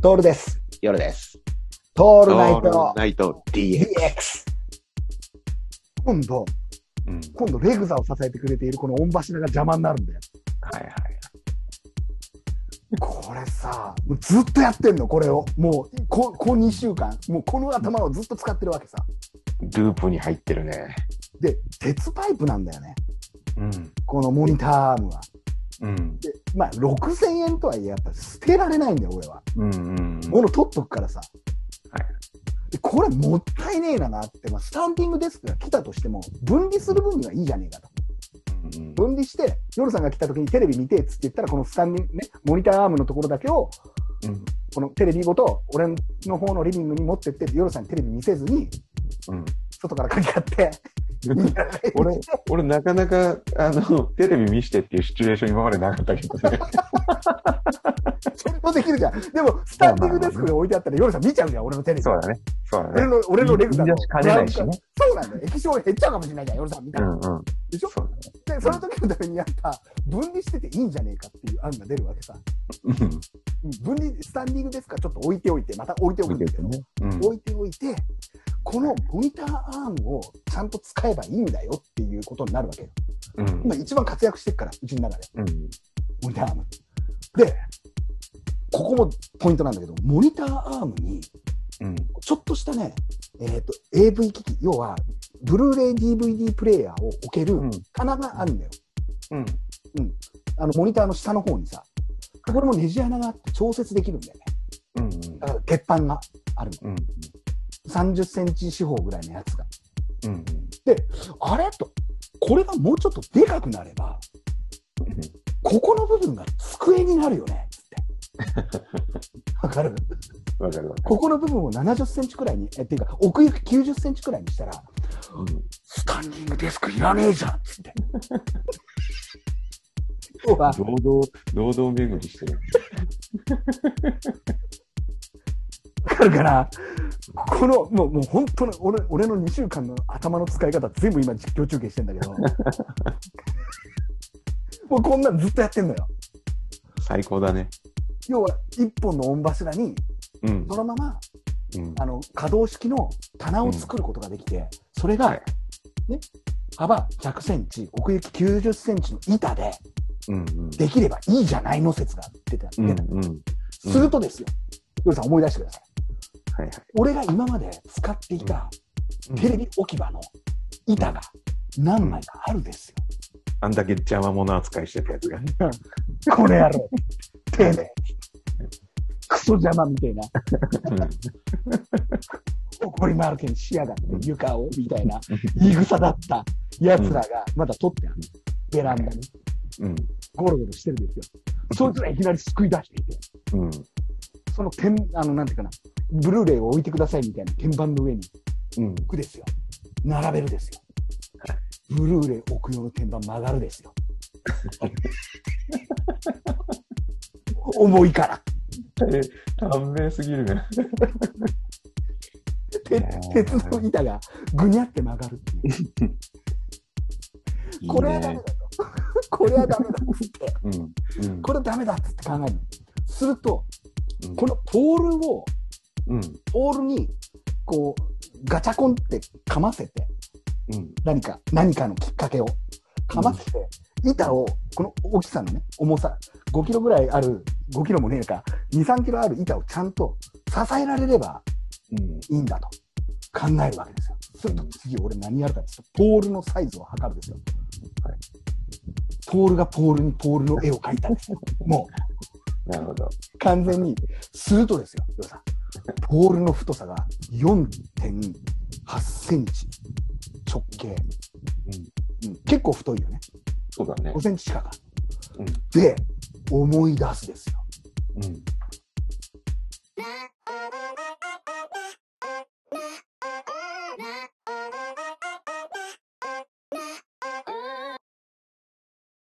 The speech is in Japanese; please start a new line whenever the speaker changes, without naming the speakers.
トールです。
夜です。
ト
オ
ールナイト
ナイト DX。
DX。今度、
うん。
今度レグザを支えてくれているこの御柱が邪魔になるんだよ。
はいはい。
これさ、もうずっとやってんの、これを。もう、こ、こ2週間、もうこの頭をずっと使ってるわけさ。
ループに入ってるね。
で、鉄パイプなんだよね。
うん。
このモニターアームは。
うん。
で、まあ、6000円とはいえ、やっぱ捨てられないんだよ、俺は。
うんうんうん。
物取っとくからさ。でこれもったいねえななって、まあ、スタンディングデスクが来たとしても、分離する分にはいいじゃねえかと。
うん
分離して、夜さんが来た時にテレビ見てっつって言ったら、このスタンディングね、モニターアームのところだけを、
うん
このテレビごと、俺の方のリビングに持ってって、夜さんにテレビ見せずに、
うん。
外から鍵買って、
俺、俺なかなか、あの、テレビ見してっていうシチュエーション今までなかったけどね。
それもできるじゃん。でも、スタンディングデスクで置いてあったら、夜さん見ちゃうじゃん、俺のテレビ。
そうだね。そうだ
俺
ね。
の、俺のレグザ
言い出しかねないしね
そうなんだよ。液晶減っちゃうかもしれないじゃん、夜さん見た
う
ら。
んうん。
でしょ
そう
で、その時のためにやった、分離してていいんじゃねえかっていう案が出るわけさ。
うん。
うん分離、スタンディングデスクはちょっと置いておいて、また置いておくんだけど、
うん。
置いておいて、このモニターアームをちゃんと使えばいいんだよっていうことになるわけよ。
うん
今一番活躍してるから、うちの中で、
うん。
モニターアーム。で、ここもポイントなんだけど、モニターアームに、
うん。
ちょっとしたね、えっ、と、AV 機器、要は、ブルーレイ DVD プレイヤーを置ける
うん。
棚があるんだよ。
うん。
あの、モニターの下の方にさ。これもネジ穴があって調節できるんだよね。
うん。
だから、鉄板がある
うん。
の。30センチ四方ぐらいのやつが。
うん。
あれと、これがもうちょっとでかくなれば、ここの部分が机になるよね、つって。わかる
わかるわか
ここの部分を70センチくらいに、え、っていうか、奥行き90センチくらいにしたら、
る。
スタンディングデスクいらねえじゃん、つって。要は、
堂々、堂々巡りしてる。
わかるかなこの、もう、もう本当の、俺、俺の2週間の頭の使い方、全部今実況中継してんだけど。もうこんなんずっとやってんのよ。
最高だね。
要は、一本の御柱に、
うん。
そのまま、
うん。
あの、可動式の棚を作ることができて、それが
はい、
ね、幅100センチ、奥行き90センチの板で、
うん。うん。
できればいいじゃないの説が出て
う
出
ん。
た、
うん。うん
するとですよ、ヨルさん思い出してください。
はいはい。
俺が今まで使っていた
うん
テレビ置き場の板が何枚かあるですよ。
あんだけ邪魔者扱いしてたやつがね。
この野 郎。てめえ。クソ邪魔みたいな。怒り回るけにしやがって床を、みたいな言い草だった奴らがまだ取ってある。ベランダに。
うん。
ゴロゴロしてるんですよ。そいつらいきなり救い出していて、
うん。
その天、あの、なんていうかな、ブルーレイを置いてくださいみたいな天板の上に
うん。
置くですよ。並べるですよ。ブルーレイ置く用の天板曲がるですよ。重いから。
え、短命すぎるね。
鉄鉄の板がぐにゃって曲がるっていう。これはダメだと。 これはダメだっつって。
うん。うん。
これダメだっつって考えるの。すると、
うん
このポールを、
うん。
ポールに、こう、ガチャコンってかませて、
うん。
何か、何かのきっかけをかませて、板を、この大きさのね、重さ、5キロぐらいある、5キロもねえか、2、3キロある板をちゃんと支えられれば
うん。
いいんだと考えるわけですよ。すると次、俺何やるかって言うとポールのサイズを測るんですよ。
はい
ポールがポールにポールの絵を描いたんですよ。もう、
なるほど。
完全に。するとですよ、ヨウさん。ポールの太さが4.8センチ直径。うん結構太いよね。
そうだね
5。センチ近くある。
うん
で、思い出すですよ。
うん。